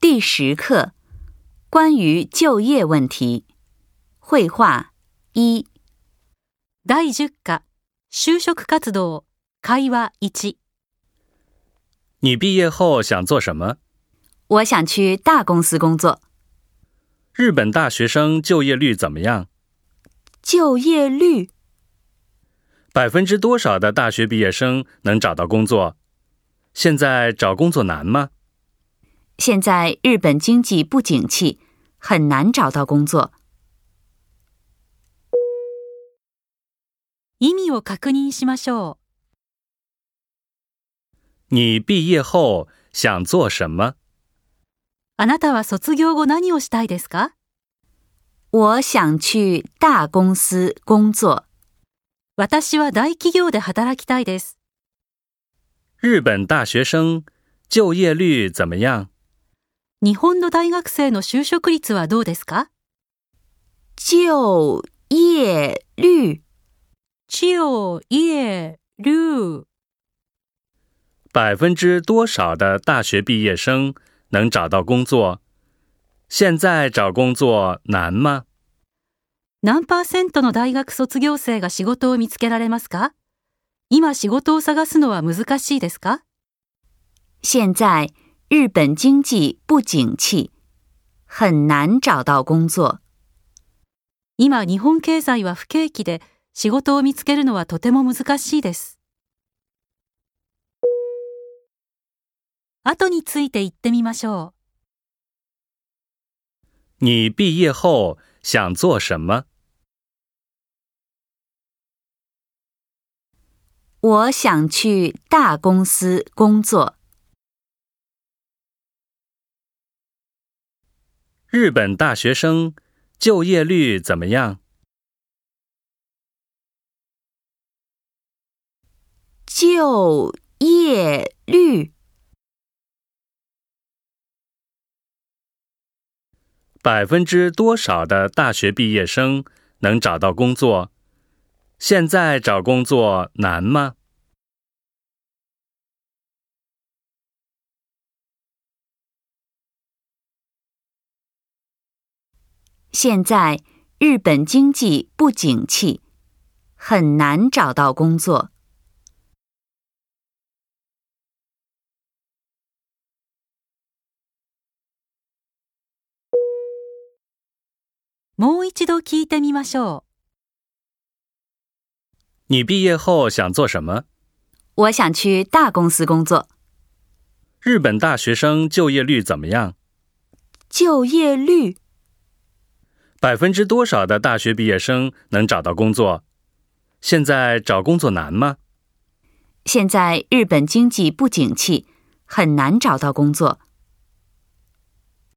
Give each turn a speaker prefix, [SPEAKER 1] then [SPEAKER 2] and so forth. [SPEAKER 1] 第十课，关于就业问题，绘画一。
[SPEAKER 2] 第10課、就職活動、会話1。
[SPEAKER 3] 你毕业后想做什么？
[SPEAKER 1] 我想去大公司工作，
[SPEAKER 3] 日本大学生就业率怎么样？
[SPEAKER 1] 就业率
[SPEAKER 3] 百分之多少的大学毕业生能找到工作？现在找工作难吗？
[SPEAKER 1] 现在日本经济不景气，很难找到工作。
[SPEAKER 2] 意味を確認しましょ
[SPEAKER 3] 你毕业后想做什么？
[SPEAKER 2] う。あなたは卒業後何をしたいですか
[SPEAKER 1] 我想去大公司工作。
[SPEAKER 2] 私は大企業で働きたいです。
[SPEAKER 3] 日本大学生就业率怎么样？
[SPEAKER 2] 日本の大学生の就職率はどうですか
[SPEAKER 1] 就业率
[SPEAKER 2] チオ、イエ、ルー。
[SPEAKER 3] 百分之多少的大学毕业生能找到工作？现在找工作难吗？
[SPEAKER 2] 何パーセントの大学卒業生が仕事を見つけられますか今仕事を探すのは難しいですか
[SPEAKER 1] 现在日本经济不景气，很难找到工作。
[SPEAKER 2] 今日本経済は不景気で仕事を見つけるのはとても難しいです。後について言ってみましょう。
[SPEAKER 3] 你毕业后想做什么？
[SPEAKER 1] 我想去大公司工作。
[SPEAKER 3] 日本大学生就业率怎么样？
[SPEAKER 1] 就业率
[SPEAKER 3] 百分之多少的大学毕业生能找到工作？现在找工作难吗？
[SPEAKER 1] 现在日本经济不景气，很难找到工作。
[SPEAKER 2] もう一度聞いてみましょう。
[SPEAKER 3] 你毕业后想做什么？
[SPEAKER 1] 我想去大公司工作，
[SPEAKER 3] 日本大学生就业率怎么样？
[SPEAKER 1] 就业率
[SPEAKER 3] 百分之多少的大学毕业生能找到工作？现在找工作难吗？
[SPEAKER 1] 现在日本经济不景气，很难找到工作。